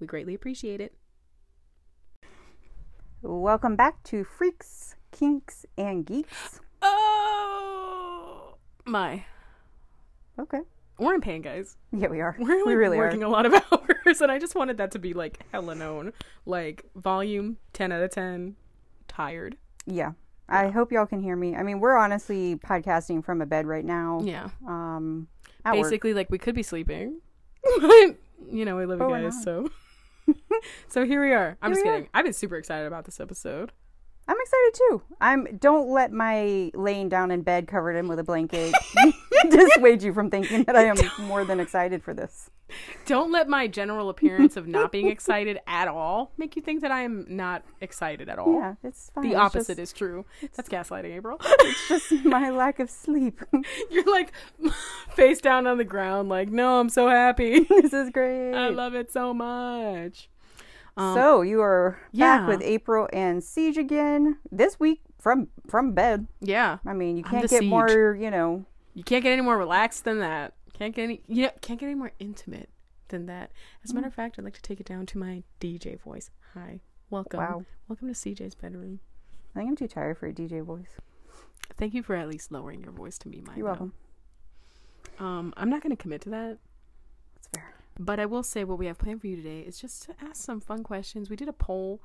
We greatly appreciate it. Welcome back to Freaks, Kinks, and Geeks. Oh my. Okay. We're in pain, guys. Yeah, we are. We're like, we really working are. a lot of hours, and I just wanted that to be like hella known. Like, volume 10 out of 10, tired. Yeah. I hope y'all can hear me. I mean, we're honestly podcasting from a bed right now. Yeah. Um, at work. Basically, like, we could be sleeping, but, you know, we live in But Oh, we're guys, not. so. so here we are. I'm Here just we are. kidding. I've been super excited about this episode. I'm excited too. I'm. Don't let my laying down in bed covered in with a blanket dissuade you from thinking that I am more than excited for this. Don't let my general appearance of not being excited at all make you think that I am not excited at all. Yeah, it's fine. The It's opposite is just- true. That's gaslighting, April. It's just my lack of sleep. You're like face down on the ground, like, no, I'm so happy. this is great. I love it so much. so you are yeah. back with April and Siege again this week from from bed. Yeah. I mean, you I'm can't the get Siege. more. You know, You can't get any more relaxed than that. Can't get any you know, can't get any more intimate than that. As a matter of fact, I'd like to take it down to my DJ voice. Hi. Welcome. Wow. Welcome to CJ's bedroom. I think I'm too tired for a DJ voice. Thank you for at least lowering your voice to me, Mike. You're welcome. Um, I'm not gonna commit to that. That's fair. But I will say what we have planned for you today is just to ask some fun questions. We did a poll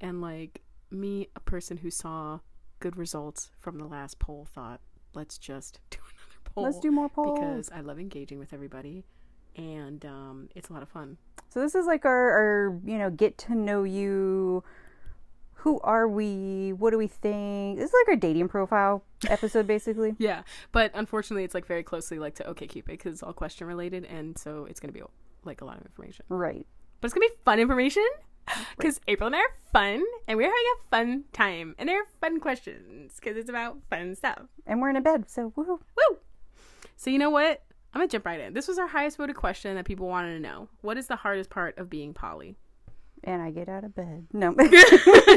and like me, a person who saw good results from the last poll thought, let's just do another poll. Let's do more polls. because I love engaging with everybody and um, it's a lot of fun. So this is like our, our you know get to know you. Who are we? What do we think? This is like our dating profile episode, basically. Yeah. But unfortunately it's like very closely like to OK Cupid because it's all question related and so it's going to be like a lot of information. Right. But it's going to be fun information because April and I are fun and we're having a fun time and there are fun questions because it's about fun stuff. And we're in a bed, so woohoo. Woo! So you know what? I'm gonna jump right in. This was our highest voted question that people wanted to know. What is the hardest part of being poly? And I get out of bed. No.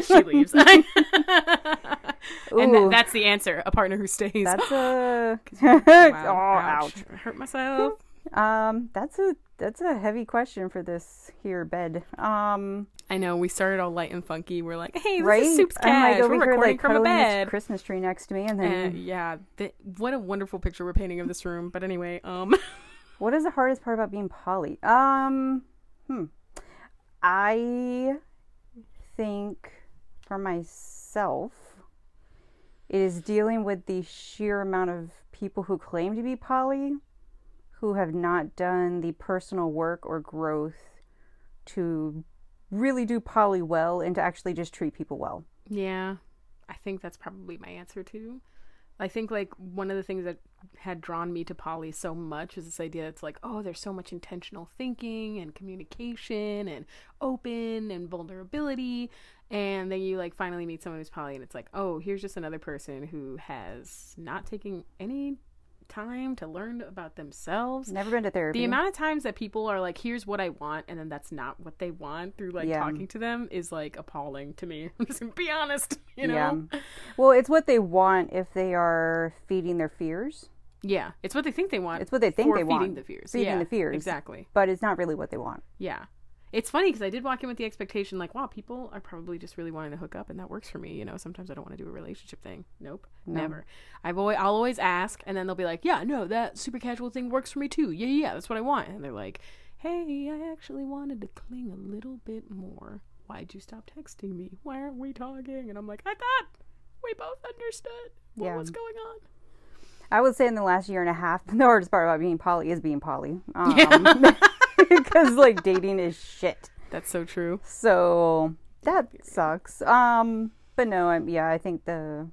she leaves. and tha- Ooh. that's the answer. A partner who stays. That's a. Wow, oh, ouch. I hurt myself. Um, that's a that's a heavy question for this here bed. Um, I know. We started all light and funky. We're like, hey, this right? is Soup's I'm Cash. like over We're here recording like from a cuddling bed. this Christmas tree next to me, and then And yeah, th- what a wonderful picture we're painting of this room. But anyway, um, What is the hardest part about being poly? Um, hmm. I think for myself, it is dealing with the sheer amount of people who claim to be poly who have not done the personal work or growth to really do poly well and to actually just treat people well. Yeah, I think that's probably my answer too. I think like one of the things that had drawn me to poly so much is this idea that's like, oh, there's so much intentional thinking and communication and open and vulnerability. And then you like finally meet someone who's poly and it's like, oh, here's just another person who has not taken any time to learn about themselves. Never been to therapy. The amount of times that people are like, here's what I want, and then that's not what they want through like Yeah. talking to them is like appalling to me. I'm just gonna be honest, you know? Yeah. Yeah. Well, it's what they want if they are feeding their fears. It's what they think they want. It's what they think for they feeding want. the fears. Feeding Yeah, the fears. Exactly. but it's not really what they want. Yeah. It's funny because I did walk in with the expectation, like, wow, people are probably just really wanting to hook up, and that works for me. You know, sometimes I don't want to do a relationship thing. Nope, never. I've always, I'll always ask, and then they'll be like, yeah, no, that super casual thing works for me too. Yeah, yeah, yeah, that's what I want. And they're like, hey, I actually wanted to cling a little bit more. Why'd you stop texting me? Why aren't we talking? And I'm like, I thought we both understood what Yeah. was going on. I would say in the last year and a half, the hardest part about being poly is being poly. Um, because like dating is shit. That's so true. So that sucks. Um, but no, I'm, yeah, I think the,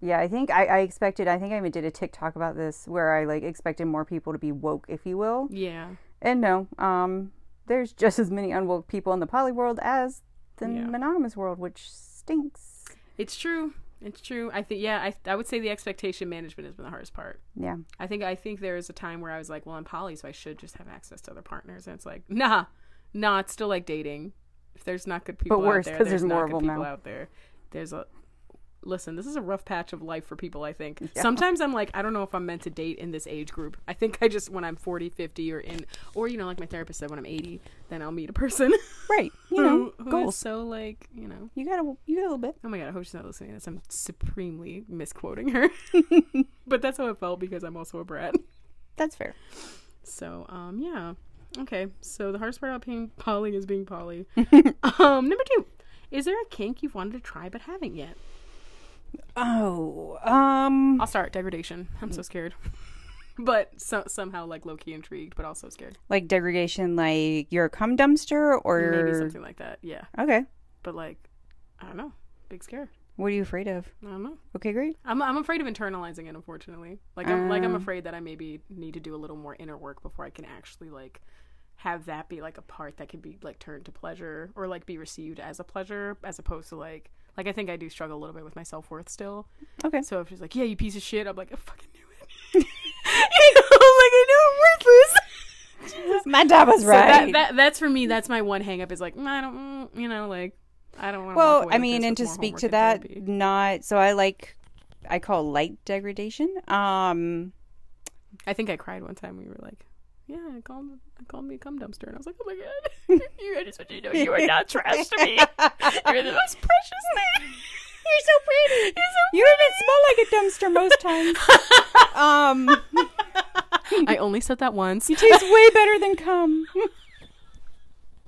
yeah, I think I, I expected, I think I even did a TikTok about this where I like expected more people to be woke, if you will. Yeah. And no, um, there's just as many unwoke people in the poly world as the Yeah. monogamous world, which stinks. It's true. It's true. I think yeah, I I would say the expectation management has been the hardest part. Yeah. I think I think there is a time where I was like, well, I'm poly, so I should just have access to other partners, and it's like, nah, nah, it's still like dating. If there's not good people, worse, out there, 'cause there's not more of good them people now. out there. There's a listen. This is a rough patch of life for people. I think Yeah. sometimes I'm like, I don't know if I'm meant to date in this age group. I think I just when I'm 40, 50, or in, or you know, like my therapist said, when I'm 80, then I'll meet a person. Right. You know, who, who is Hmm. Mm-hmm. goals. so like you know. You got a you got a little bit. Oh my god, I hope she's not listening to this. I'm supremely misquoting her. but that's how it felt because I'm also a brat. That's fair. So, um, yeah. Okay, so the hardest part about being poly is being poly. um, number two, is there a kink you've wanted to try but haven't yet? Oh, um, I'll start degradation. I'm so scared, but so- somehow like low key intrigued, but also scared. like degradation, like you're a cum dumpster, or Maybe something like that. Yeah, okay. but like, I don't know. Big scare. What are you afraid of? I don't know. Okay, great. I'm I'm afraid of internalizing it. Unfortunately, like I'm like I'm Um. afraid that I maybe need to do a little more inner work before I can actually like have that be like a part that could be like turned to pleasure or like be received as a pleasure as opposed to like like I think I do struggle a little bit with my self worth still. Okay. So if she's like, "Yeah, you piece of shit," I'm like, "I fucking knew it." you know, like I Oh knew I'm worthless. My job was So that, right. that that's for me. That's my one hang up is like mm, I don't mm, you know like I don't want. well, I mean, and to speak to that, not so I like, I call light degradation. Um, I think I cried one time. We were like, "Yeah, I called, I called me a cum dumpster," and I was like, "Oh my god, you, I just want you to know you are not trash to me. You're the most precious thing. You're so pretty. you even smell like a dumpster most times. um, I only said that once. tastes way better than cum.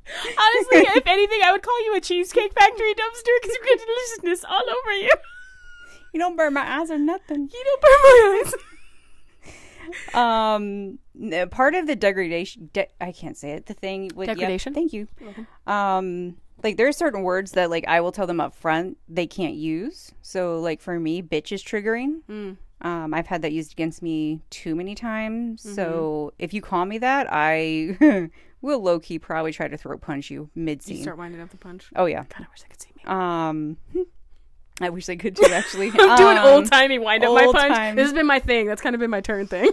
Honestly, if anything, I would call you a cheesecake factory dumpster because you've got deliciousness all over you. You don't burn my eyes or nothing. You don't burn my eyes. Um, n- part of the degradation, de- I can't say it. The thing with yeah, Degradation? thank you. Um, like there are certain words that like I will tell them up front they can't use. So like for me, bitch is triggering. Mm. Um, I've had that used against me too many times. So Mm-hmm. if you call me that, I will low key probably try to throat punch you mid You scene. start winding up the punch. oh yeah. God, I wish I could see me. Um, I wish they could too. Actually, I'm doing Um, old timey wind up my old punch. time. This has been my thing. That's kind of been my turn thing.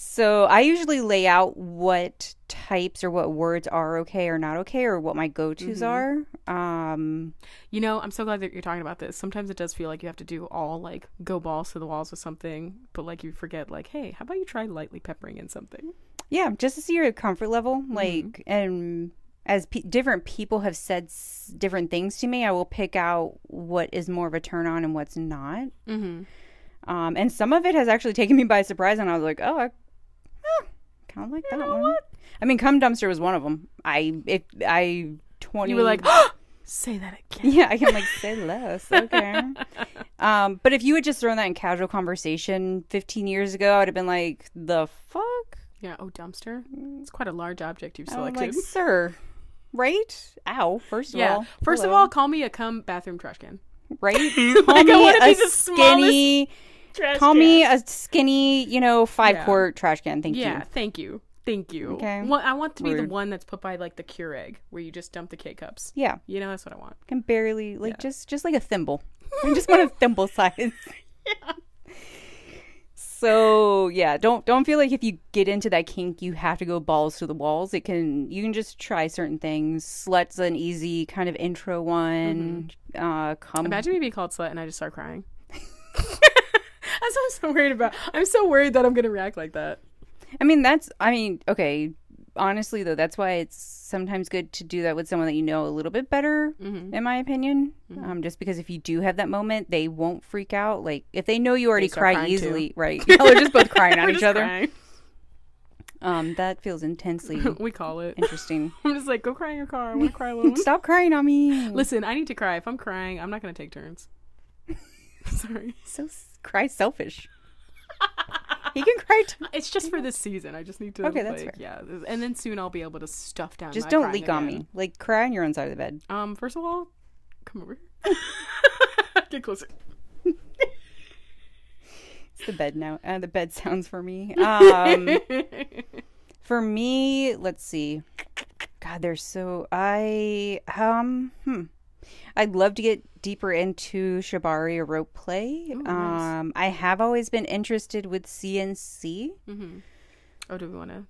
So I usually lay out what types or what words are okay or not okay or what my go tos Mm-hmm. are. Um, You know, I'm so glad that you're talking about this. Sometimes it does feel like you have to do all like go balls to the walls with something, but like you forget, like, hey, how about you try lightly peppering in something? yeah, just to see your comfort level. Mm-hmm. Like, and as pe- different people have said s- different things to me, I will pick out what is more of a turn on and what's not. Mm-hmm. Um, and some of it has actually taken me by surprise, and I was like, oh, I kind of like that one. I mean, cum dumpster was one of them. I if I twenty. You were like, say that again. Yeah, I can like say less. Okay. um, but if you had just thrown that in casual conversation 15 years ago, I'd have been like, the fuck? Yeah. Oh, dumpster. It's quite a large object you've I'm selected. Oh, like, sir, right? Ow, first of yeah. all. First hello. of all, call me a cum bathroom trash can. right? Call I me wanna be a the skinny, Trash call me a skinny, you know, five Yeah. quart trash can. Thank Yeah. you. Thank you. Thank you. Okay. One- I want to be the Rude. one that's put by like the Keurig, where you just dump the K cups. Yeah. You know, that's what I want. Can barely like just just like a thimble. I just want a thimble size. So yeah, don't don't feel like if you get into that kink you have to go balls to the walls. It can you can just try certain things. Slut's an easy kind of intro one. Uh come Imagine me being called slut and I just start crying. That's what I'm so worried about. I'm so worried that I'm gonna react like that. I mean that's I mean, okay. Honestly though, that's why it's sometimes good to do that with someone that you know a little bit better, Mm-hmm. in my opinion. Um, just because if you do have that moment, they won't freak out. Like if they know you already start cry crying, too. easily, right? you they're just both crying on each other. Um, that feels intensely We call it. interesting. I'm just like, go cry in your car. I want to cry alone. Stop crying on me. Listen, I need to cry. If I'm crying, I'm not gonna take turns. Sorry, so s- cry selfish. you can cry. T- it's just for this season. I just need to. Okay, that's like, Yeah, this- and then soon I'll be able to stuff down. just my don't crying leak on again. me. Like cry on your own side of the bed. Um, first of all, come over. Get closer. It's the bed now. Uh, the bed sounds for me. Um, for me, let's see. God, there's so I um hmm. I'd love to get deeper into Shibari or rope play. Ooh, nice. um, I have always been interested with CNC. Mm-hmm. Oh, do we want to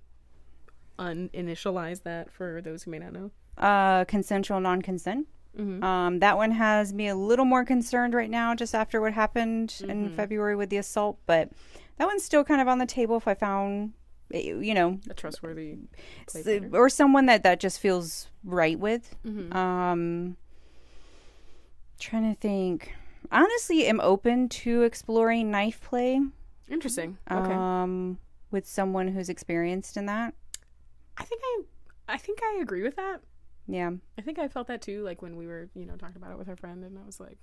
uninitialize that for those who may not know? uh, consensual non-consent. Mhm. Um, that one has me a little more concerned right now, just after what happened Mm-hmm. in February with the assault. But that one's still kind of on the table. If I found, eh, you know, A trustworthy play s- partner. or someone that that just feels right with. Mm-hmm. Um, trying to think. Honestly, am open to exploring knife play. Interesting. Okay. Um, with someone who's experienced in that. I think I, I think I agree with that. Yeah. I think I felt that too, like when we were, you know, talking about it with our friend, and I was like,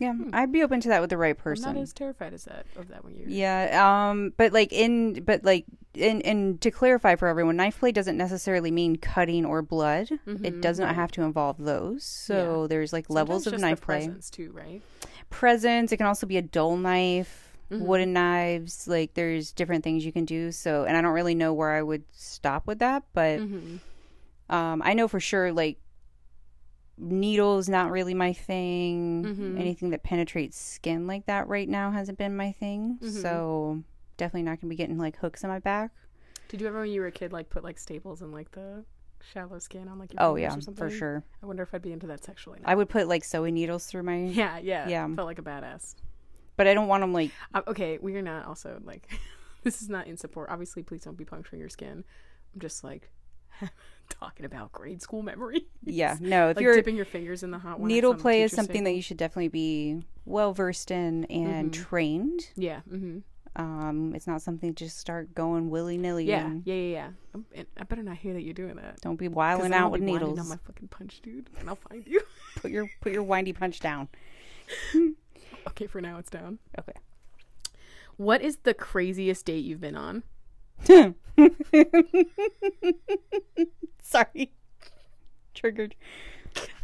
Yeah. I'd be open to that with the right Hmm. I'm person. not as terrified as that of that when you're. Yeah, um, but like in, but like in, and to clarify for everyone, knife play doesn't necessarily mean cutting or blood. It does not have to involve those. So there's like levels of Mm-hmm. Sometimes just knife the play. presence too, right? Presence. It can also be a dull knife, Mm-hmm. wooden knives. Like there's different things you can do. So, and I don't really know where I would stop with that, but Mm-hmm. um, I know for sure like needles not really my thing. Mm-hmm. Anything that penetrates skin like that right now hasn't been my thing. Mm-hmm. So definitely not gonna be getting like hooks in my back. Did you ever, when you were a kid, like put like staples and like the shallow skin on like your Oh fingers yeah, or something? for sure. I wonder if I'd be into that sexually. Now. I would put like sewing needles through my, yeah, yeah, Yeah. Felt like a badass. but I don't want them like Uh, okay, we are not also like, this is not in support. Obviously, please don't be puncturing your skin. I'm just like talking about grade school memory. yeah. No, if like you're dipping your fingers in the hot one. at needle some play is teacher's something that table. you should definitely be well versed in and Mm-hmm. trained. Yeah. Mm-hmm. Um, it's not something to just start going willy nilly. Yeah, yeah, yeah, yeah. I'm, and I better not hear that you're doing that. Don't be 'Cause wiling then I'll out with be winding needles. on my fucking punch, dude, and I'll find you. Put your put your windy punch down. okay, for now it's down. Okay. What is the craziest date you've been on? Sorry. Triggered.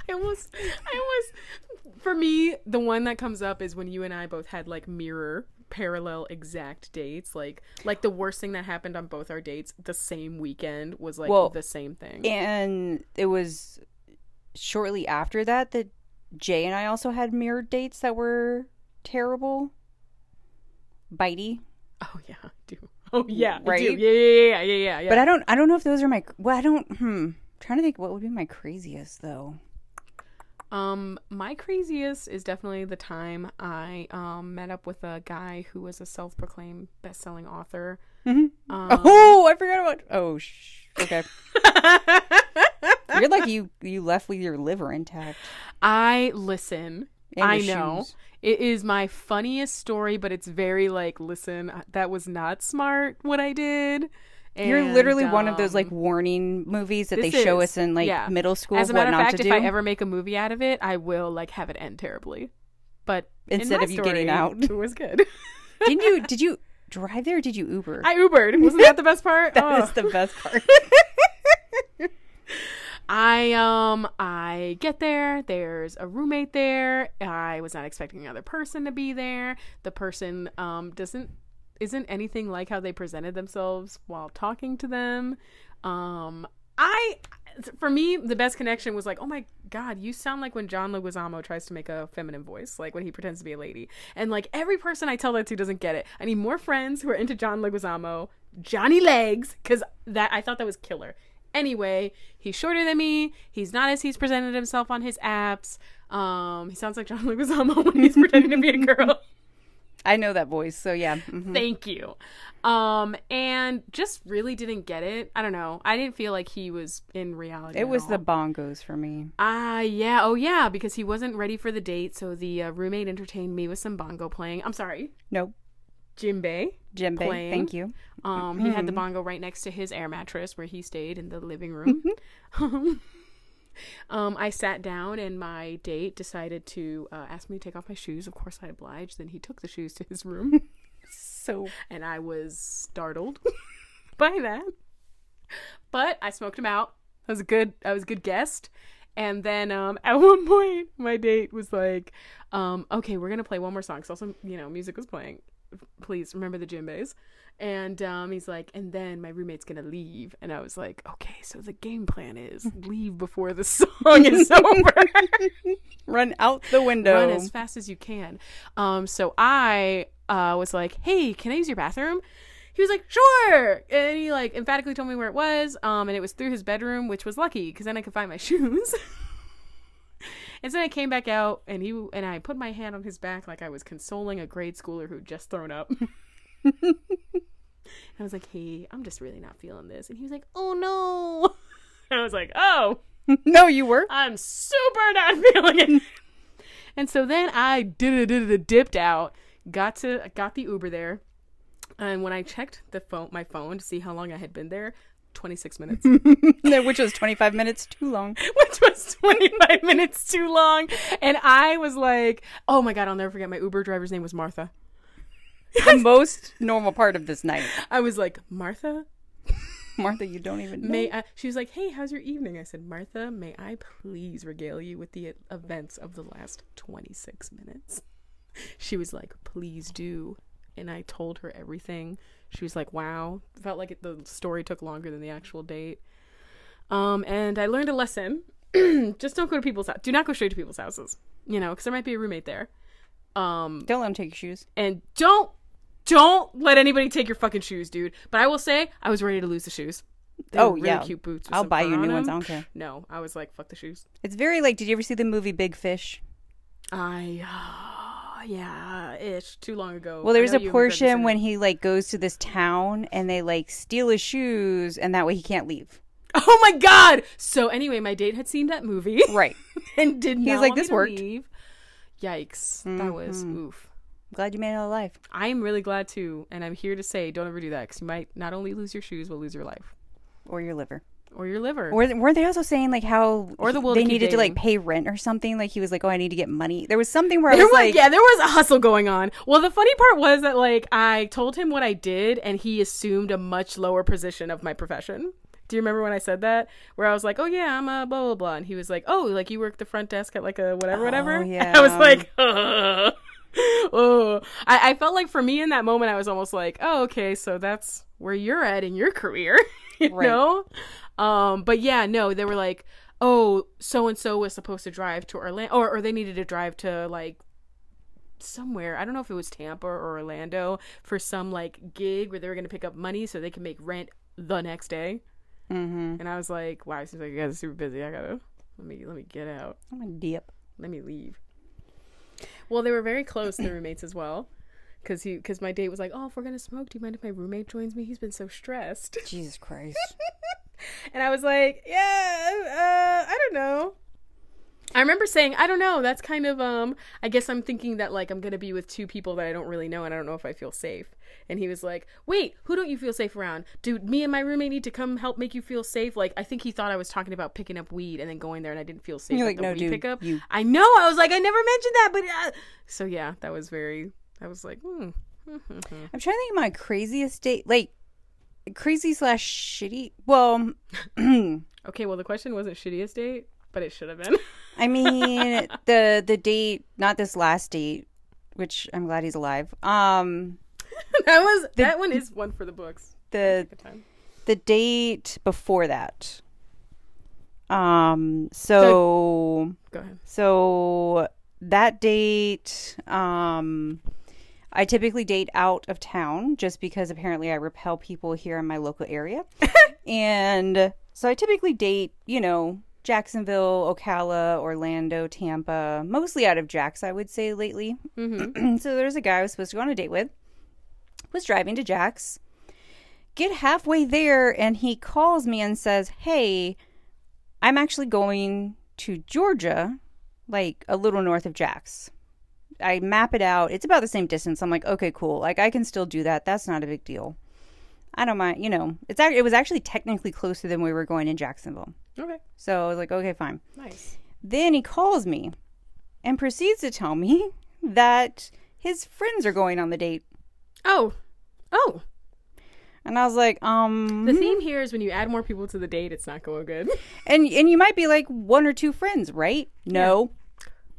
I almost, I almost. For me, the one that comes up is when you and I both had like mirror, parallel, exact dates. Like, like the worst thing that happened on both our dates the same weekend was like Well, the same thing. And it was shortly after that that Jay and I also had mirrored dates that were terrible. Bitey. oh yeah, I do. Oh yeah, right. Right? Yeah, yeah, yeah, yeah, yeah, yeah. But I don't I don't know if those are my well, I don't hmm. trying to think what would be my craziest though. Um, my craziest is definitely the time I um met up with a guy who was a self-proclaimed best-selling author. Mm-hmm. Um, Uh, oh, I forgot about Oh sh- okay. You're like you you left with your liver intact. I listen. And I your know shoes. it is my funniest story, but it's very like, listen, I- that was not smart what I did. You're literally And, one of those um, like warning movies that they this show is- us in like yeah. middle school As a what matter of not fact, to if do. I ever make a movie out of it, I will like have it end terribly. But in Instead my of you story, getting out. it was good. Didn't you did you drive there or did you Uber? I Ubered. Wasn't that the best part? That Oh. is the best part. I um I get there, there's a roommate there. I was not expecting another person to be there. The person um doesn't isn't anything like how they presented themselves while talking to them. Um I for me the best connection was like, "Oh my god, you sound like when John Leguizamo tries to make a feminine voice, like when he pretends to be a lady." And like every person I tell that to doesn't get it. I need more friends who are into John Leguizamo, Johnny Legs, cuz that I thought that was killer. Anyway, he's shorter than me. He's not as he's presented himself on his apps. Um, he sounds like John Leguizamo when he's pretending to be a girl. I know that voice, so yeah. mhm. Thank you. Um, and just really didn't get it. I don't know. I didn't feel like he was in reality. It at was all. the bongos for me. Ah, yeah. Oh, yeah. Because he wasn't ready for the date, so the uh, roommate entertained me with some bongo playing. I'm sorry, Nope. djembe. Jembe, Plain. thank you. Um, he had the bongo right next to his air mattress where he stayed in the living room. um, I sat down and my date decided to uh, ask me to take off my shoes. Of course, I obliged. Then he took the shoes to his room, So and I was startled by that. But I smoked him out. I was a good. I was a good guest. And then um, at one point, my date was like, um, "Okay, we're gonna play one more song." Because also, you know, music was playing. please remember the djembes. And um, he's like, and then my roommate's gonna leave. And I was like, okay, so the game plan is leave before the song is over. Run out the window. Run as fast as you can. Um, so I uh, was like, hey, can I use your bathroom? He was like, sure. And he like emphatically told me where it was. Um, and it was through his bedroom, which was lucky because then I could find my shoes. And so then I came back out, and he and I put my hand on his back like I was consoling a grade schooler who'd just thrown up. I was like, "Hey, I'm just really not feeling this," and he was like, "Oh no!" And I was like, "Oh, no, you were. I'm super not feeling it." and so then I did it, dipped out, got to got the Uber there, and when I checked the phone, my phone to see how long I had been there, 26 minutes. Which was 25 minutes too long. which was 25 minutes too long. And I was like, oh my God, I'll never forget. My Uber driver's name was Martha. The most normal part of this night. I was like, Martha, Martha, you don't even know. may I? She was like, hey, how's your evening? I said, Martha, may I please regale you with the events of the last 26 minutes? She was like, please do. And I told her everything. She was like, wow. Felt like it, the story took longer than the actual date. Um, and I learned a lesson. Just don't go to people's house. Do not go straight to people's houses. You know, because there might be a roommate there. Um, Don't let him take your shoes. and don't, don't let anybody take your fucking shoes, dude. But I will say, I was ready to lose the shoes. They Oh, were really yeah. cute boots. with I'll some buy fur you on new ones. I them. don't care. No, I was like, fuck the shoes. It's very like, did you ever see the movie Big Fish? I, uh, yeah, ish. Too long ago. Well, there's I a know you regret this portion interview. when he like goes to this town and they like steal his shoes and that way he can't leave. Oh my god! So anyway, my date had seen that movie. Right. and did not like, want me "This to worked." Mm-hmm. leave. Yikes! That was oof. Glad you made it alive. I'm really glad too, and I'm here to say, don't ever do that because you might not only lose your shoes, but lose your life Or your liver. or your liver. Or weren't they also saying like how Or the he- will to they keep needed to like dating. pay rent or something? Like he was like, oh, I need to get money. There was something where I there was was like, yeah, there was a hustle going on. Well, the funny part was that like I told him what I did, and he assumed a much lower position of my profession. Do you remember when I said that? Where I was like, "Oh yeah, I'm a blah blah blah," and he was like, "Oh, like you work the front desk at like a whatever, whatever." yeah. I was like, "Oh." I, I felt like for me in that moment, I was almost like, "Oh, okay, so that's where you're at in your career." you Right. know? Um, but yeah, no, they were like, oh, so and so was supposed to drive to Orlando, or, or they needed to drive to like somewhere. I don't know if it was Tampa or Orlando for some like gig where they were going to pick up money so they could make rent the next day. mm-hmm. And I was like, wow, it seems like you guys are super busy. I gotta let me let me get out. I'm gonna dip. Let me leave. Well, they were very close, the roommates as well. Cause he, cause my date was like, oh, if we're gonna smoke, do you mind if my roommate joins me? He's been so stressed. Jesus Christ. And I was like, yeah, uh, I don't know. I remember saying, I don't know. That's kind of um I guess I'm thinking that like I'm going to be with two people that I don't really know and I don't know if I feel safe. And he was like, "Wait, who don't you feel safe around? Dude, me and my roommate need to come help make you feel safe." Like I think he thought I was talking about picking up weed and then going there and I didn't feel safe You're at like, the "No, weed dude, pickup. you- I know. I was like, I never mentioned that, but uh... so yeah, that was very I was like, "Hmm." I'm trying to think of my craziest date, like crazy slash shitty. Well, I Okay, well the question wasn't shittiest date, but it should have been. mean the the date, not this last date, which I'm glad he's alive. Um, that was that one is one for the books. the Good time. the date before that. Um, so Go ahead. So that date, um, I typically date out of town just because apparently I repel people here in my local area. and so I typically date, you know, Jacksonville, Ocala, Orlando, Tampa, mostly out of Jax, I would say lately. Mm-hmm. so there's a guy I was supposed to go on a date with, was driving to Jax. Get halfway there, and he calls me and says, Hey, I'm actually going to Georgia, like a little north of Jax. I map it out. It's about the same distance. I'm like, okay, cool. Like I can still do that. That's not a big deal. I don't mind. You know, it's act- it was actually technically closer than we were going in Jacksonville. Okay. So I was like, okay, fine. Nice. Then he calls me and proceeds to tell me that his friends are going on the date. Oh. Oh. And I was like, um, The theme here is when you add more people to the date, it's not going good. and and you might be like one or two friends, right? No,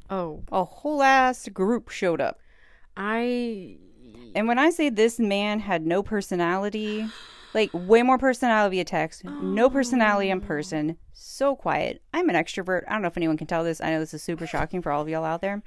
Oh. a whole ass group showed up. I And when I say this man had no personality, like way more personality attacks, Oh. no personality in person, so quiet. I'm an extrovert. I don't know if anyone can tell this. I know this is super shocking for all of y'all out there.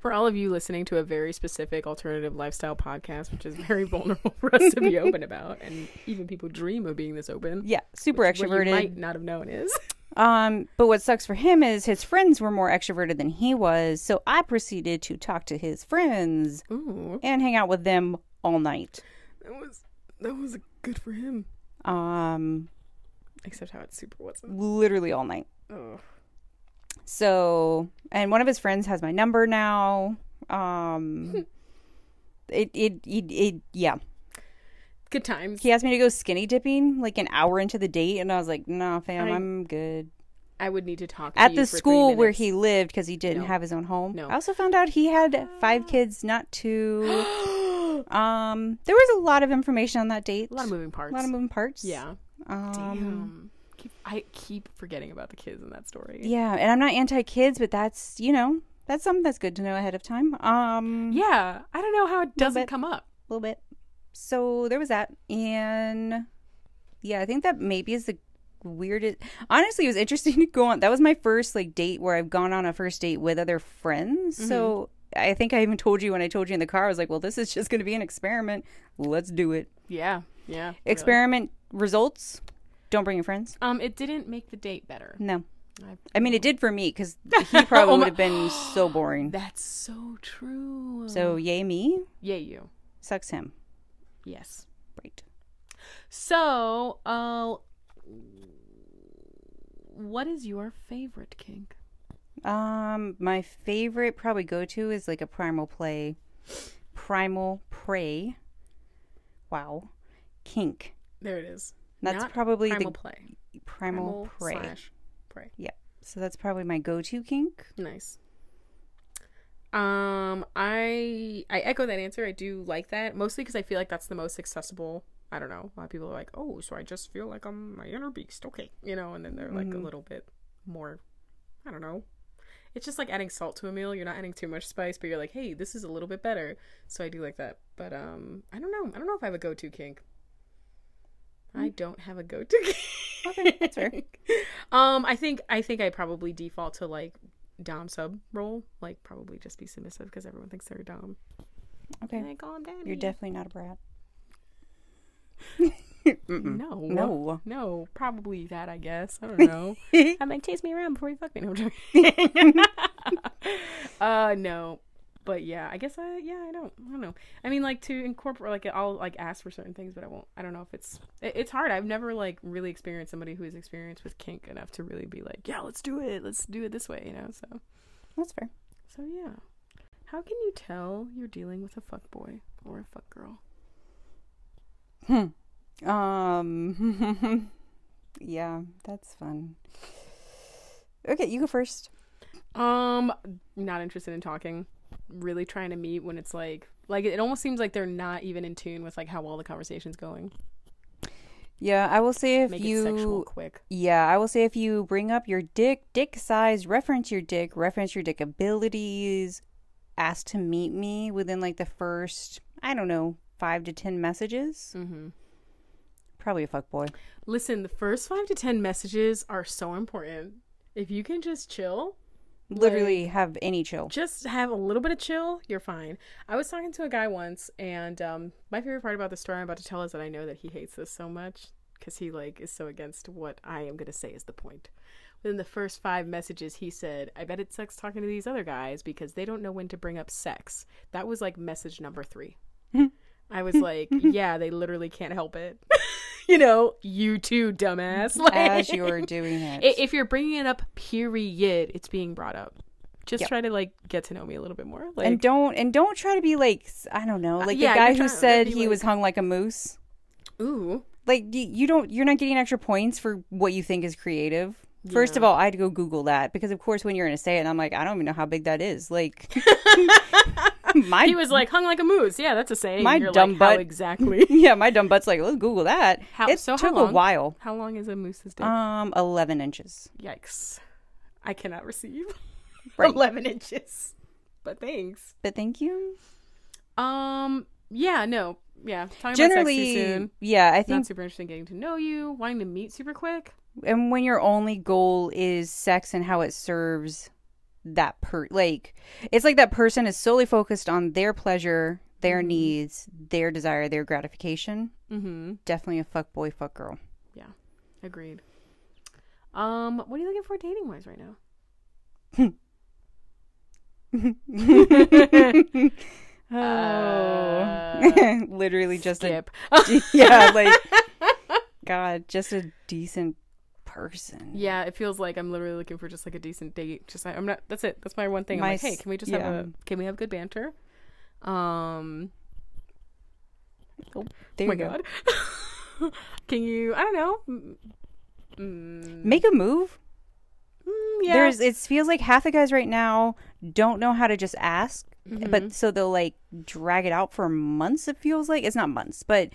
For all of you listening to a very specific alternative lifestyle podcast, which is very vulnerable for us to be open about, and even people dream of being this open. Yeah, super What extroverted. you might not have known is Um, but what sucks for him is his friends were more extroverted than he was, so I proceeded to talk to his friends ooh, and hang out with them all night. that was that was good for him. Um, Except how it super wasn't. literally all night. Oh, So, and one of his friends has my number now. Um, it, it, it, it, yeah. good times. He asked me to go skinny dipping like an hour into the date, and I was like, nah, fam, I- I'm good. I would need to talk to At you the for three school where minutes. he lived because he didn't No. have his own home. No. Ah. I also found out he had five kids, not two. Um, there was a lot of information on that date. a lot of moving parts. A lot of moving parts. yeah. Um, Damn. Keep, I keep forgetting about the kids in that story. Yeah, and I'm not anti-kids, but that's you know that's something that's good to know ahead of time. Um, Yeah, I don't know how it doesn't bit. come up. a little bit. So there was that, and yeah, I think that maybe is the weirdest. Honestly, it was interesting to go on. That was my first like date where I've gone on a first date with other friends. So Mm-hmm. I think I even told you when I told you in the car, I was like, "Well, this is just going to be an experiment. Let's do it." Yeah, yeah. really. Experiment results. Don't bring your friends. Um, it didn't make the date better. No. I- I mean, it did for me because he probably Oh my- would have been so boring. That's so true. So, yay me, yeah, you. sucks him. Yes. Right. So, uh, what is your favorite kink? Um, my favorite probably go to is like a primal play, primal prey. Wow, kink. There it is. That's Not probably primal the play. primal, prey. slash prey. Yeah. So that's probably my go-to kink. Nice. Um, I I echo that answer. I do like that mostly because I feel like that's the most accessible. I don't know. A lot of people are like, "Oh, so I just feel like I'm my inner beast." Okay, you know, and then they're like a little bit more. I don't know. It's just like adding salt to a meal. You're not adding too much spice, but you're like, "Hey, this is a little bit better." So I do like that. But um, I don't know. I don't know if I have a go-to kink. I don't have a go-to kink. Okay, that's fair. Um, I think I think I probably default to like dom sub role, like probably just be submissive because everyone thinks they're a dom. Okay, And I call him daddy. you're definitely not a brat. No, No. no, probably that. I guess I don't know. I'm like chase me around before you fuck me. No, I'm joking. uh, no, but yeah, I guess I yeah I don't I don't know. I mean like to incorporate like I'll like ask for certain things, but I won't. I don't know if it's it, it's hard. I've never like really experienced somebody who is experienced with kink enough to really be like yeah let's do it let's do it this way you know so. That's fair. So yeah. How can you tell you're dealing with a fuck boy or a fuck girl? Um, yeah, that's fun. Okay, you go first. Um not interested in talking. Really trying to meet when it's like like it almost seems like they're not even in tune with like how well the conversation's going. Yeah, I will say if Make you it sexual quick. Yeah, I will say if you bring up your dick, dick size, reference your dick, reference your dick abilities, ask to meet me within like the first, I don't know, 5 to 10 messages, Mm-hmm. probably a fuck boy. Listen, the first five to ten messages are so important. If you can just chill, Literally have any chill. just have a little bit of chill, you're fine. I was talking to a guy once, and um, my favorite part about the story I'm about to tell is that I know that he hates this so much because he like is so against what I am gonna say is the point. Within the first five messages, he said, "I bet it sucks talking to these other guys because they don't know when to bring up sex." That was like message number three. I was like, "Yeah, they literally can't help it." you know, you too, dumbass. Like, As you're doing it. I- if you're bringing it up period it's being brought up just Yep. try to like get to know me a little bit more like and don't and don't try to be like s- I don't know, like yeah, the guy you're who trying to said be he like- was hung like a moose. ooh Like y- you don't you're not getting extra points for what you think is creative. First of all, I had to go Google that because of course when you're going to say it I'm like I don't even know how big that is. Like my he was like hung like a moose yeah that's a saying My And you're dumb like, how butt. exactly Yeah, my dumb butt's like, let's Google that. How- it so how took a long? while. how long is a moose's dick Um, eleven inches. yikes i cannot receive Right. 11 inches but thanks But thank you. um yeah, no, yeah. Talking about sex Generally, too soon. yeah, I think Not super interested in getting to know you, wanting to meet super quick. and when your only goal is sex and how it serves that per like it's like that person is solely focused on their pleasure their Mhm. needs their desire their gratification Mm-hmm. definitely a fuck boy fuck girl Agreed. Um, what are you looking for dating wise right now? oh Uh, literally just a Skip. yeah like god just a decent person yeah, it feels like I'm literally looking for just like a decent date. Just I'm not. That's it. That's my one thing. I'm My like, hey, s- can we just have yeah. a? Can we have good banter? Um. oh there my you go. god. can you? I don't know. Mm, make a move mm, yeah. there's it feels like half the guys right now don't know how to just ask Mm-hmm. but so they'll like drag it out for months it feels like it's not months but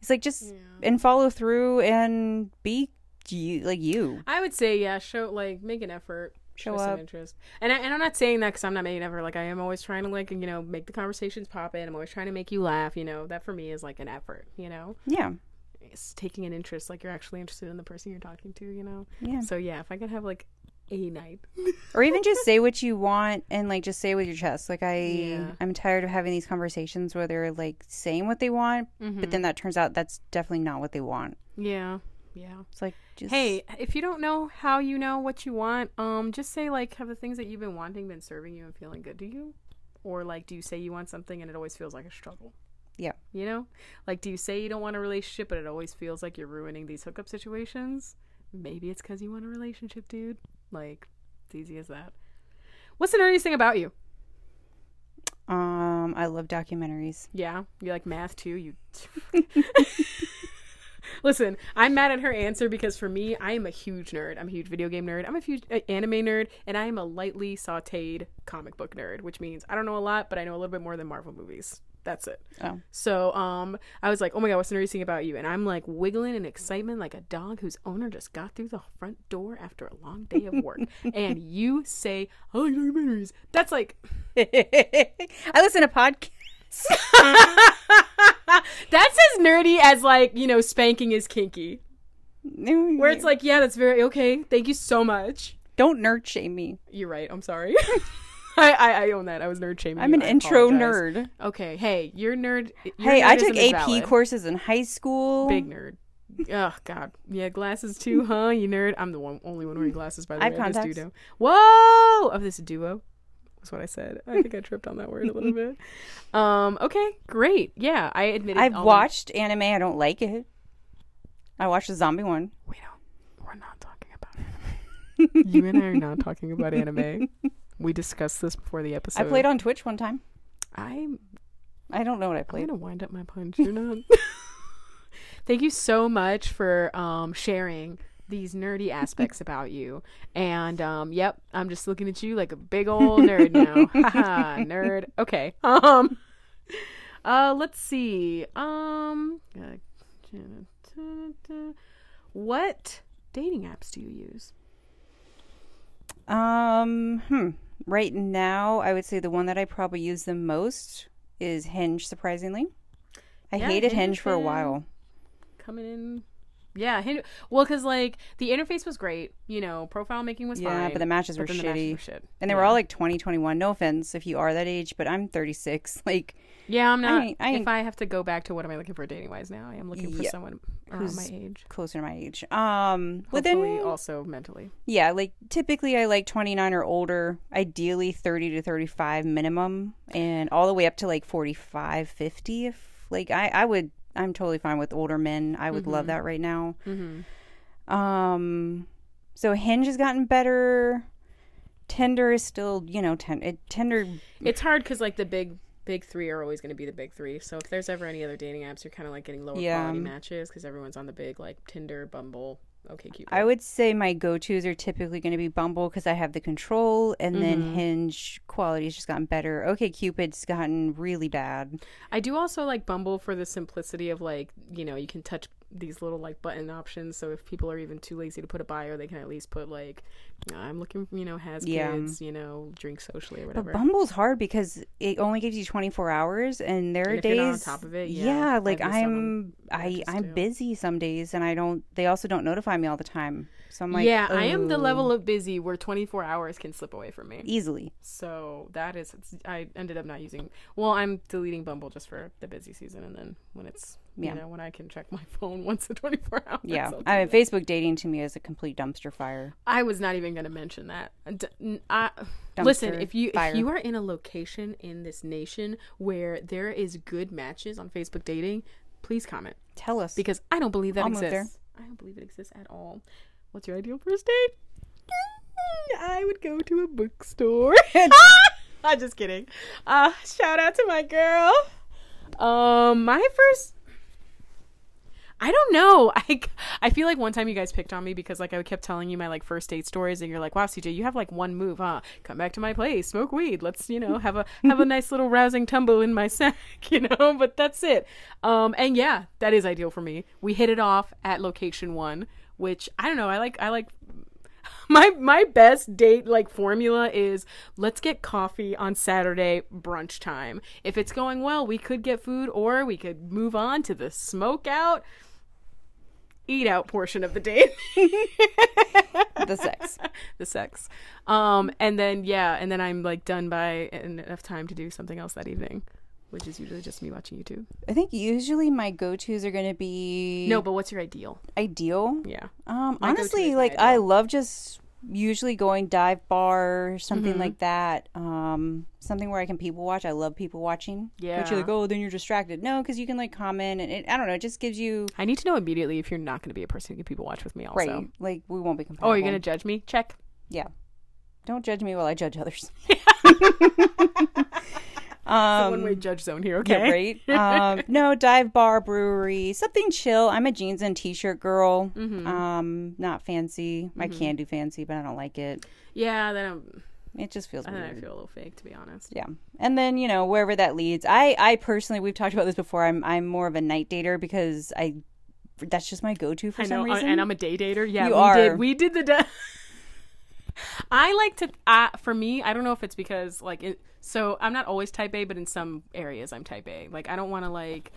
it's like just and follow through and be you like you I would say yeah. Show like make an effort. Show Show, some up. interest. And I, and I'm not saying that because I'm not making an effort. Like I am always trying to like you know make the conversations pop in. I'm always trying to make you laugh. You know that for me is like an effort. You know, yeah it's taking an interest. Like you're actually interested in the person you're talking to. You know. yeah So yeah, if I could have like a night. or even just say what you want and like just say it with your chest like i Yeah. i'm tired of having these conversations where they're like saying what they want but then that turns out that's definitely not what they want Mm-hmm. yeah. Yeah. it's like just Hey, if you don't know how you know what you want, um, just say like, have the things that you've been wanting been serving you and feeling good to you, or like, do you say you want something and it always feels like a struggle? Yeah. You know, like, do you say you don't want a relationship but it always feels like you're ruining these hookup situations? Maybe it's because you want a relationship, dude. Like, it's easy as that. What's the nerdiest thing about you? um i love documentaries Yeah, you like math too. You. Listen, I'm mad at her answer because for me, I am a huge nerd. I'm a huge video game nerd. I'm a huge uh, anime nerd, and I am a lightly sautéed comic book nerd, which means I don't know a lot, but I know a little bit more than Marvel movies. That's it. Oh. So, um, I was like, "Oh my god, what's the nerdiest thing about you?" And I'm like wiggling in excitement like a dog whose owner just got through the front door after a long day of work. and you say, "Oh, "I like documentaries." That's like I listen to podcasts. That's as nerdy as like you know spanking is kinky, where it's like yeah, that's very okay. Thank you so much. don't nerd shame me. You're right. I'm sorry. I, I I own that. I was nerd shaming. I'm you. an I intro apologize. nerd. Okay. Hey, you're nerd. Your Hey, I nerdism took is AP valid. courses in high school. Big nerd. Oh God. Yeah, glasses too, huh? You nerd. I'm the one only one wearing glasses by the I way have of this contacts. duo. Whoa! Of this duo. That's what I said. I think I tripped on that word a little bit. Um. Okay. Great. Yeah. I admitted. I've all the- watched anime. I don't like it. I watched the zombie one. We don't. We're not talking about anime. you and I are not talking about anime. We discussed this before the episode. I played on Twitch one time. I'm, I don't know what I I'm played. gonna wind up my punch. You're not. Thank you so much for um, sharing these nerdy aspects about you. And um, yep, I'm just looking at you like a big old nerd now. Haha, nerd. Okay. Um. Uh. Let's see. Um. uh, What dating apps do you use? Um, hmm. Right now, I would say the one that I probably use the most is Hinge. Surprisingly, I Yeah, hated Hinge Hinge, is for a good. while. coming in. Yeah, Hindu- well, because like the interface was great, you know, profile making was Yeah, fine, but the matches were then the matches shitty. were shit. and they were all like 20, 21. No offense if you are that age, but I'm 36. Like, yeah, I'm not. ain't- I if ain't- I have to go back to what am I looking for dating wise now, I am looking for Yeah. someone around my Who's age, closer to my age. Um, hopefully within also mentally. yeah, like typically I like 29 or older, ideally 30 to 35 minimum, and all the way up to like 45, 50 if like I I would I'm totally fine with older men. I would love that right now. Mm-hmm. Um so Hinge has gotten better. Tinder is still, you know, ten, it, Tinder It's hard because like the big big three are always going to be the big three. So if there's ever any other dating apps, you're kind of like getting lower Yeah. um, quality matches because everyone's on the big like Tinder, Bumble, OK Cupid. I would say my go-tos are typically going to be Bumble because I have the control, and then Hinge quality's just gotten better. Okay, Cupid's gotten really bad. I do also like Bumble for the simplicity of like, you know, you can touch these little like button options. So if people are even too lazy to put a bio, they can at least put like, I'm looking, you know, has Yeah. kids, you know, drink socially or whatever. But Bumble's hard because it only gives you 24 hours, and there are And if days. you're not on top of it, yeah, I like miss out on I'm, I, matches I'm too. busy some days, and I don't. They also don't notify me all the time, so I'm like, yeah, I am the "Oh," level of busy where 24 hours can slip away from me. easily. So that is, it's- I ended up not using. Well, I'm deleting Bumble just for the busy season, and then when it's, Yeah. you know, when I can check my phone once the 24 hours. Yeah, I'll do I mean, that. Facebook dating to me is a complete dumpster fire. I was not even going to mention that. D- n- I- listen, Dumpster if you fire. if you are in a location in this nation where there is good matches on Facebook dating, please comment Tell us. because I don't believe that I'll move exists. there. I don't believe it exists at all. What's your ideal first date? Mm, I would go to a bookstore. I'm just kidding. Uh, shout out to my girl. Um, my first. I don't know. I, I feel like one time you guys picked on me because like I kept telling you my like first date stories and you're like, "Wow, CJ, you have like one move, huh? Come back to my place, smoke weed. Let's, you know, have a have a nice little rousing tumble in my sack, you know." But that's it. Um and yeah, that is ideal for me. We hit it off at location 1, which I don't know, I like I like my my best date like formula is let's get coffee on Saturday brunch time. If it's going well, we could get food or we could move on to the smoke out eat out portion of the date. the sex. the sex. Um and then yeah, and then I'm like done by enough time to do something else that evening, which is usually just me watching YouTube. I think usually my go tos are going to be No, but what's your ideal? ideal. Yeah. Um, go-to is honestly, my like ideal. I love just usually going dive bar or something Mm-hmm. like that. Um, something where I can people watch. I love people watching. But Yeah. you're like, oh, then you're distracted. No, because you can like comment and it, I don't know. It just gives you I need to know immediately if you're not going to be a person who can people watch with me also. right. Like we won't be compatible. Oh, you're going to judge me? Check. yeah. Don't judge me while I judge others. Um, um, One way judge zone here, okay? yeah, right. um, no dive bar, brewery, something chill. I'm a jeans and t-shirt girl. Mm-hmm. Um, not fancy. I can do fancy, but I don't like it. Yeah, then I'm, It just feels then I weird. feel a little fake to be honest. Yeah. And then, you know, wherever that leads. I I personally we've talked about this before. I'm I'm more of a night dater because I that's just my go-to for I some know, uh, reason. and I'm a day dater. Yeah, You we are. did. We did the. Da- I like to. Uh, for me, I don't know if it's because like it, so I'm not always type A, but in some areas I'm type A. Like I don't want to like.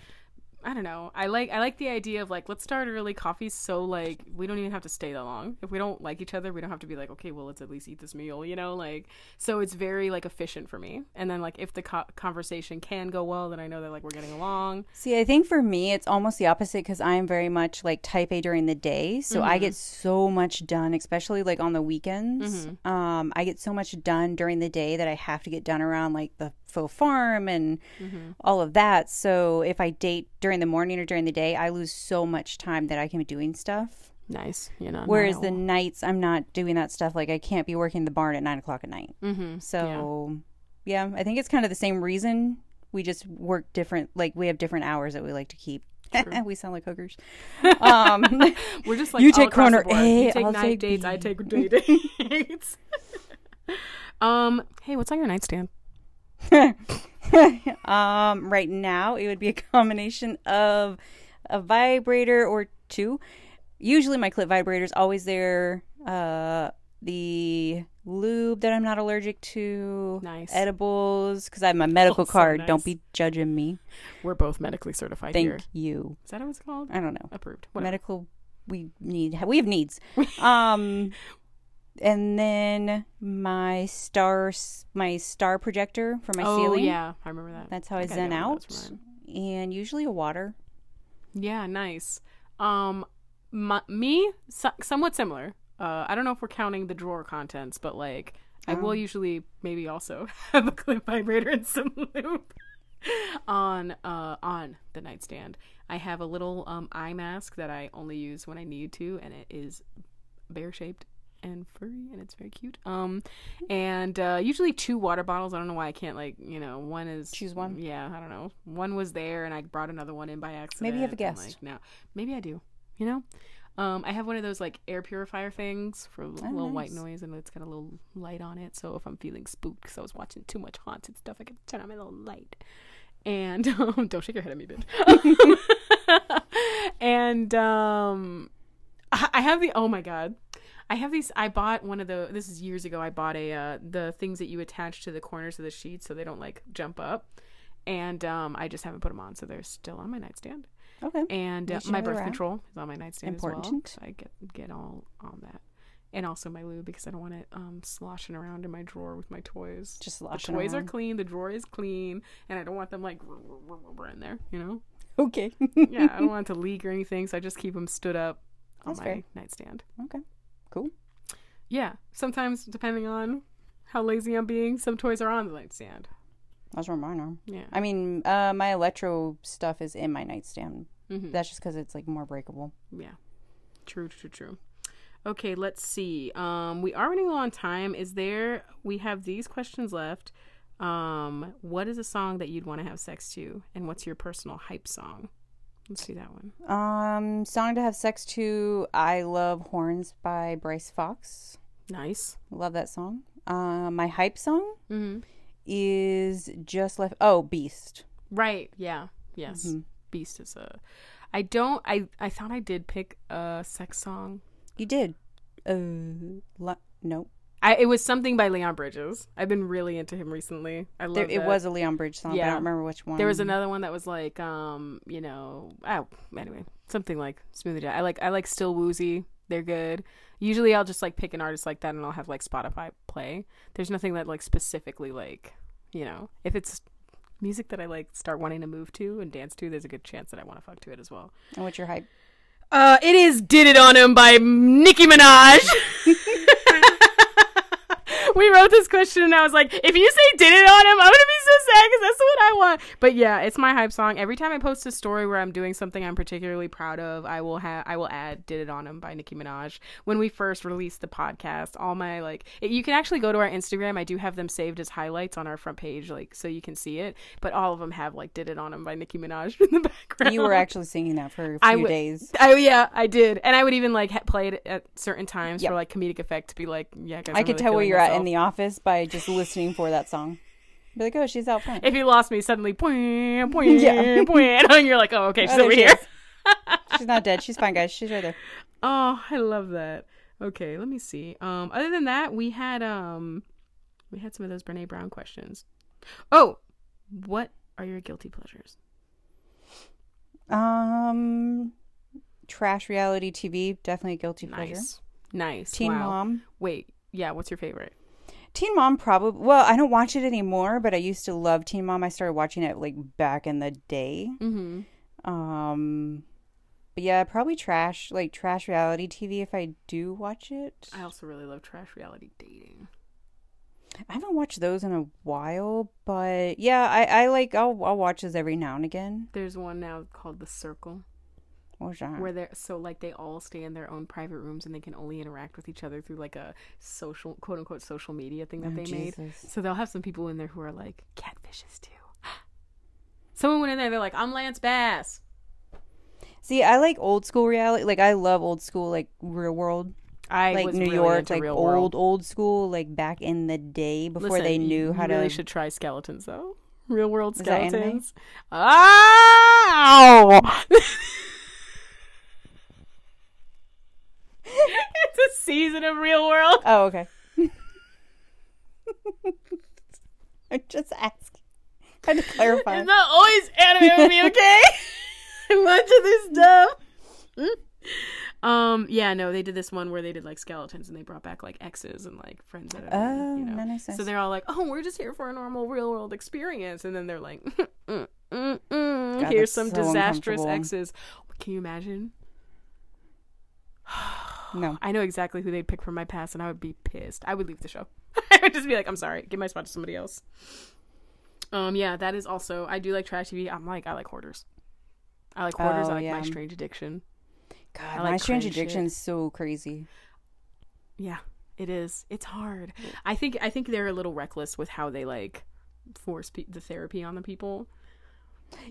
I don't know. I like I like the idea of like let's start early. Coffee's so like we don't even have to stay that long. If we don't like each other, we don't have to be like okay, well let's at least eat this meal, you know. Like so, it's very like efficient for me. And then like if the co- conversation can go well, then I know that like we're getting along. See, I think for me it's almost the opposite because I'm very much like type A during the day. So Mm-hmm. I get so much done, especially like on the weekends. Mm-hmm. Um, I get so much done during the day that I have to get done around like the faux farm and Mm-hmm. all of that. So if I date during the morning or during the day, I lose so much time that I can be doing stuff. Nice, you know. Whereas the nights, I'm not doing that stuff. Like I can't be working the barn at nine o'clock at night. Mm-hmm. Mm, So, yeah. I think it's kind of the same reason. We just work different. Like we have different hours that we like to keep. we sound like hookers. Um, We're just like You all take across the corner board. A, you take I'll night take dates. B. I take day dates. um. Hey, what's on your nightstand? um, right now, it would be a combination of a vibrator or two. Usually, my clit vibrator is always there. Uh, the lube that I'm not allergic to. Nice. Edibles, because I have my medical Also card. nice. Don't be judging me. We're both medically certified Thank Uh, here. you. Is that what it's called? I don't know. Approved. Whatever. Medical, we need, we have needs. um, and then my star, my star projector for my oh ceiling. yeah, I remember that. That's how I, think zen know where out. that's from. And usually a water. Yeah, nice. Um, my, me so- somewhat similar. Uh, I don't know if we're counting the drawer contents, but like I Oh. will usually maybe also have a clip vibrator and some lube on uh on the nightstand. I have a little um eye mask that I only use when I need to, and it is bear shaped and furry and it's very cute um and uh usually two water bottles i don't know why i can't like you know one is Choose one. yeah i don't know one was there and i brought another one in by accident Maybe you have a and, guest. like now maybe i do you know um i have one of those like air purifier things for a little white Oh, nice. noise and it's got a little light on it so if i'm feeling spooked because i was watching too much haunted stuff i can turn on my little light and um, don't shake your head at me, bitch. and um, I I have the oh my god, I have these. I bought one of the. This is years ago. I bought a uh, the things that you attach to the corners of the sheet so they don't like jump up, and um, I just haven't put them on, so they're still on my nightstand. Okay. And You uh, should my have a birth rack. control is on my nightstand as well. Important. So I get get all on that. And also my lube because I don't want it um, sloshing around in my drawer with my toys. Just the sloshing toys are around. clean, the drawer is clean, and I don't want them like in there, you know? Okay. Yeah, I don't want it to leak or anything, so I just keep them stood up on That's my fair. nightstand. okay. Cool. Yeah, sometimes depending on how lazy I'm being, some toys are on the nightstand. That's where mine are. Yeah. I mean, uh, my electro stuff is in my nightstand. Mhm. That's just because it's like more breakable. Yeah. True, true, true. Okay, let's see. Um, we are running low on time. Is there we have these questions left. Um, what is a song that you'd want to have sex to? And what's your personal hype song? Let's do that one. Um, song to have sex to. I love horns by Bryce Fox. Nice. Love that song. Uh, my hype song Mm-hmm. is just left. Oh, Beast. Right, yeah. Yes. Mm-hmm. Beast is a I don't I I thought I did pick a sex song. You did. Uh, la- no, I it was something by Leon Bridges. I've been really into him recently. I love there, it that. was a Leon Bridge song. But I Yeah. don't remember which one. There was another one that was like, um, you know, oh, anyway, something like Smoothie Jack. I like, I like Still Woozy. They're good. Usually, I'll just like pick an artist like that, and I'll have like Spotify play. There's nothing that like specifically like, you know, if it's music that I like start wanting to move to and dance to, there's a good chance that I want to fuck to it as well. And what's your hype? Uh, it is "Did It On Him" by Nicki Minaj. we wrote this question, and I was like, "If you say did it on him, I'm gonna be so sad because that's what I want." But yeah, it's my hype song. Every time I post a story where I'm doing something I'm particularly proud of, I will have I will add "Did It On Him" by Nicki Minaj. When we first released the podcast, all my like, it, you can actually go to our Instagram. I do have them saved as highlights on our front page, like so you can see it. But all of them have like "Did It On Him" by Nicki Minaj in the background. You were actually singing that for a few I wa- days. I yeah, I did, and I would even like ha- play it at certain times Yep. for like comedic effect to be like, yeah, guys, I I'm could really tell where feeling you're at in myself. the office by just listening for that song. Be like, oh, she's out front. If you lost me suddenly, "Bwah, bwah, Yeah. bwah," and you're like, oh, okay, she's Oh, there over she here. is. she's not dead. She's fine, guys. She's right there. Oh, I love that. Okay, let me see. Um, other than that, we had um, we had some of those Brene Brown questions. Oh, what are your guilty pleasures? Um, trash reality TV definitely a guilty pleasure. Nice, nice. Teen wow. Mom. Wait, yeah, what's your favorite? Teen Mom probably. Well, I don't watch it anymore, but I used to love Teen Mom. I started watching it like back in the day. Mm-hmm. Um, but yeah, probably trash like trash reality TV if I do watch it. I also really love trash reality dating. I haven't watched those in a while, but yeah, I, I like I'll I'll watch those every now and again. There's one now called The Circle. What genre? where they're so like they all stay in their own private rooms and they can only interact with each other through like a social quote unquote social media thing that Oh, they made Jesus. so they'll have some people in there who are like catfishes too someone went in there they're like i'm lance bass See, I like old school reality. Like I love old school, like real world, i like was New really York, into like real old world. old school, like back in the day before Listen, they you knew how really to. should try skeletons though real world that anime? skeletons Ah! Ow! it's a season of real world Oh, okay. I'm just asking. Trying to clarify. It's not always anime with me, okay? Much of this stuff. Mm. Um, yeah, no, they did this one where they did like skeletons and they brought back like exes and like friends that have been, Oh, you know. nice, nice. So they're all like, "Oh, we're just here for a normal real world experience," and then they're like, mm, mm, mm, God, "Here's that's some so disastrous uncomfortable. exes." Can you imagine? no. I know exactly who they'd pick from my past, and I would be pissed. I would leave the show. I would just be like, I'm sorry, give my spot to somebody else. Um, yeah, that is also. I do like trash TV. I'm like, I like hoarders. I like hoarders. Oh, I like yeah. My Strange Addiction. God, like my strange cringe addiction is so crazy. Yeah, it is. It's hard. I think. I think they're a little reckless with how they like force pe- the therapy on the people.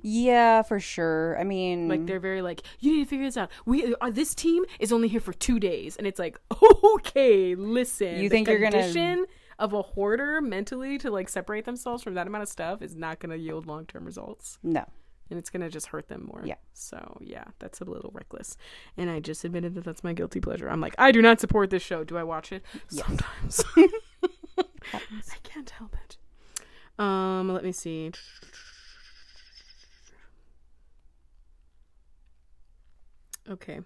Yeah, for sure. I mean, Like they're very like, you need to figure this out. We uh, this team is only here for two days, and it's like, okay, listen. You think the you're gonna- condition of a hoarder mentally to like separate themselves from that amount of stuff is not going to yield long term results. no, and it's going to just hurt them more. Yeah. So, yeah, that's a little reckless. And I just admitted that that's my guilty pleasure. I'm like, I do not support this show. Do I watch it? Yes. Sometimes. I can't help it. Um, let me see. Okay.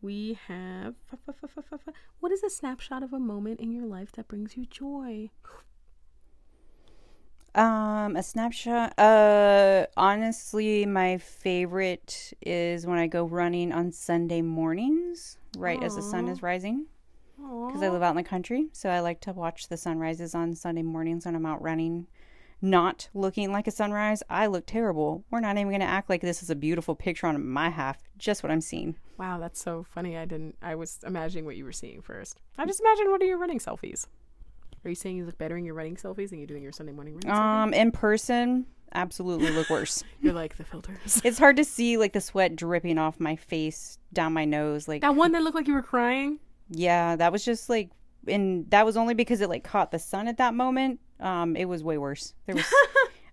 We have what is a snapshot of a moment in your life that brings you joy? Um, a snapshot. Uh, honestly, my favorite is when I go running on Sunday mornings, right as the sun Aw. is rising, because I Aw. live out in the country. So I like to watch the sunrises on Sunday mornings when I'm out running. Not looking like a sunrise. I look terrible. We're not even going to act like this is a beautiful picture on my half. Just what I'm seeing. Wow, that's so funny. I didn't I was imagining what you were seeing first. I just imagined one of your running selfies. Are you saying you look better in your running selfies than you do in your Sunday morning running selfie? Um, in person, absolutely look worse. You're like the filters. it's hard to see like the sweat dripping off my face down my nose. Like That one that looked like you were crying? Yeah, that was just like, and that was only because it like caught the sun at that moment. Um, it was way worse. There was,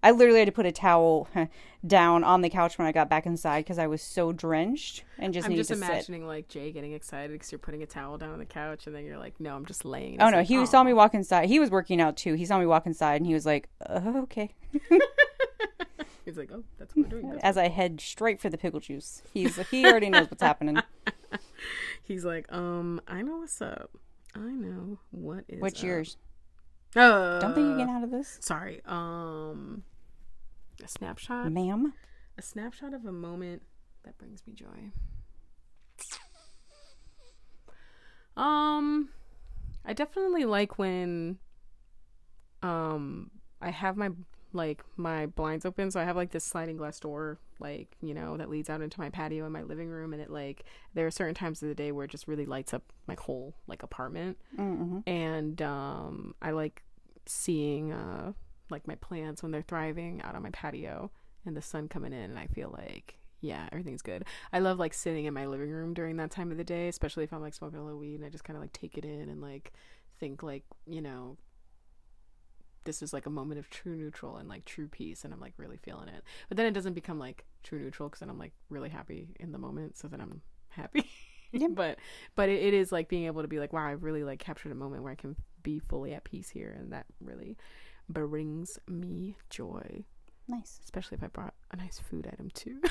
I literally had to put a towel down on the couch when I got back inside because I was so drenched and just I'm needed just to sit. imagining like Jay getting excited because you're putting a towel down on the couch and then you're like, no, I'm just laying. Oh no, he saw me walk inside. He was working out too. He saw me walk inside and he was like, oh, "Okay." He's like, oh, that's what we're doing. As I head straight for the pickle juice, he's he already knows what's happening. He's like, um, I know what's up. I know what is. What's up. yours? Uh, Don't think you get out of this, Sorry. Um, a snapshot. ma'am. A snapshot of a moment that brings me joy. Um, I definitely like when, um, I have my like my blinds open, so I have like this sliding glass door, like you know, that leads out into my patio and my living room, and it like there are certain times of the day where it just really lights up my whole like apartment, Mm-hmm. and um, I like seeing uh, like my plants when they're thriving out on my patio and the sun coming in, and I feel like yeah, everything's good. I love like sitting in my living room during that time of the day, especially if I'm like smoking a little weed, and I just kind of like take it in and like think like you know. This is like a moment of true neutral and like true peace, and I'm like really feeling it. But then it doesn't become like true neutral because then I'm like really happy in the moment, so then I'm happy. Yeah. but but it, it is like being able to be like wow i really like captured a moment where i can be fully at peace here and that really brings me joy Nice, especially if i brought a nice food item too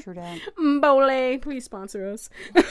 true dad. Mbole, please sponsor us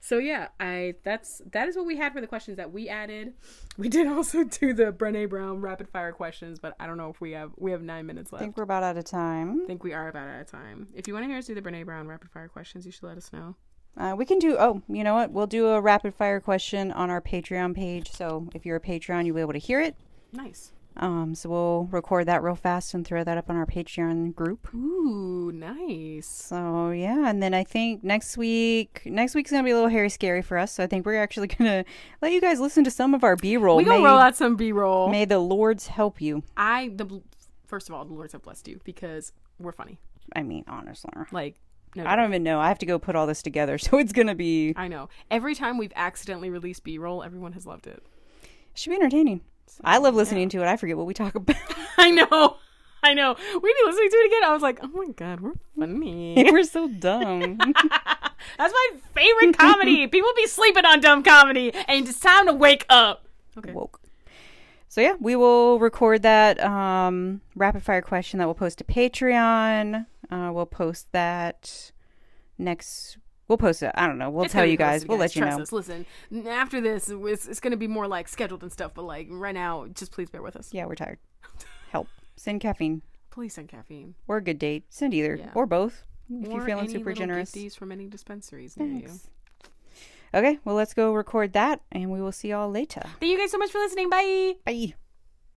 so yeah i that's that is what we had for the questions that we added we did also do the brene brown rapid fire questions but i don't know if we have we have nine minutes I left think we're about out of time. think we are about out of time if you want to hear us do the brene brown rapid fire questions you should let us know Uh, we can do. Oh, you know what? We'll do a rapid fire question on our Patreon page. So if you're a Patreon, you'll be able to hear it. nice Um, so we'll record that real fast and throw that up on our Patreon group. Ooh, nice. So yeah, and then I think next week, next week's gonna be a little hairy scary for us. So I think we're actually gonna let you guys listen to some of our B roll. We May, gonna roll out some B roll. may the Lord's help you. I the bl- first of all, the Lords have blessed you because we're funny. I mean, honestly, Like no, I don't even know. I have to go put all this together, so it's gonna be I know. Every time we've accidentally released B roll, everyone has loved it. should be entertaining. I love listening to it. I forget what we talk about. I know. I know. We be listening to it again. I was like, oh my god, we're funny. we're so dumb. That's my favorite comedy. People be sleeping on dumb comedy, and it's time to wake up. Okay. woke. So yeah, we will record that um, rapid fire question that we'll post to Patreon. Uh, we'll post that next. We'll post it. I don't know. We'll It's tell gonna you be posted, guys. We'll let you Trust know. Us. Listen, n- after this, it's, it's going to be more like scheduled and stuff, but like right now, just please bear with us. Yeah, we're tired. Help. Send caffeine Please send caffeine. or a good date. Send either Yeah. or both if Or you're feeling any super little generous. gifties from any dispensaries near you. Thanks. Okay, well, let's go record that and we will see y'all later. Thank you guys so much for listening. Bye. Bye.